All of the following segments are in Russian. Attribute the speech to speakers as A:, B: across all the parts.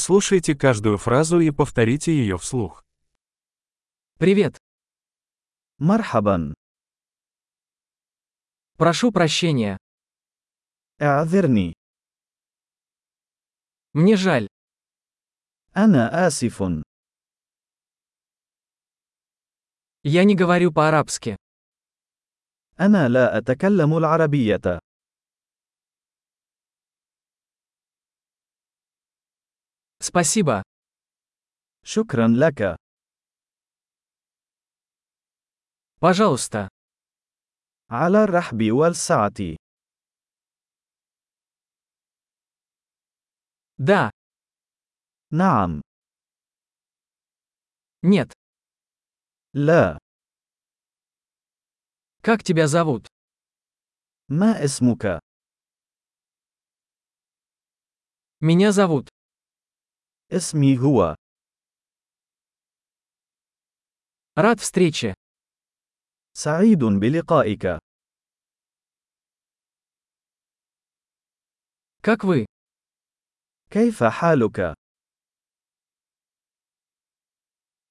A: Прослушайте каждую фразу и повторите ее вслух.
B: Привет.
C: مرحبا
B: Прошу прощения.
C: اعذرني
B: Мне жаль.
C: انا اسف
B: Я не говорю по-арабски.
C: انا لا اتكلم العربيه
B: Спасибо.
C: شكرا لك
B: Пожалуйста.
C: على الرحب والسعه
B: Да.
C: نعم
B: Нет.
C: لا
B: Как тебя зовут?
C: ما اسمك
B: Меня зовут.
C: اسمي هو
B: Рад встрече.
C: سعيد بلقائك
B: Как вы?
C: كيف حالك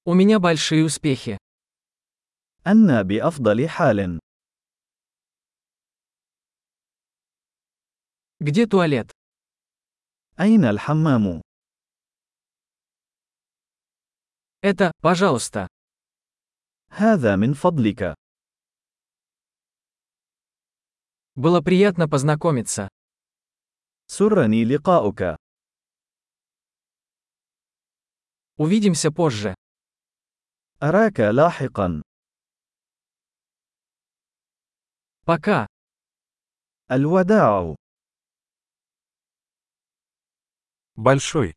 B: У меня большие успехи.
C: انا بافضل حال
B: Где туалет?
C: اين الحمام
B: Это, пожалуйста.
C: هذا من فضلك
B: Было приятно познакомиться.
C: سرني لقاؤك
B: Увидимся позже.
C: اراك لاحقا
B: Пока.
C: الوداع
A: Большой.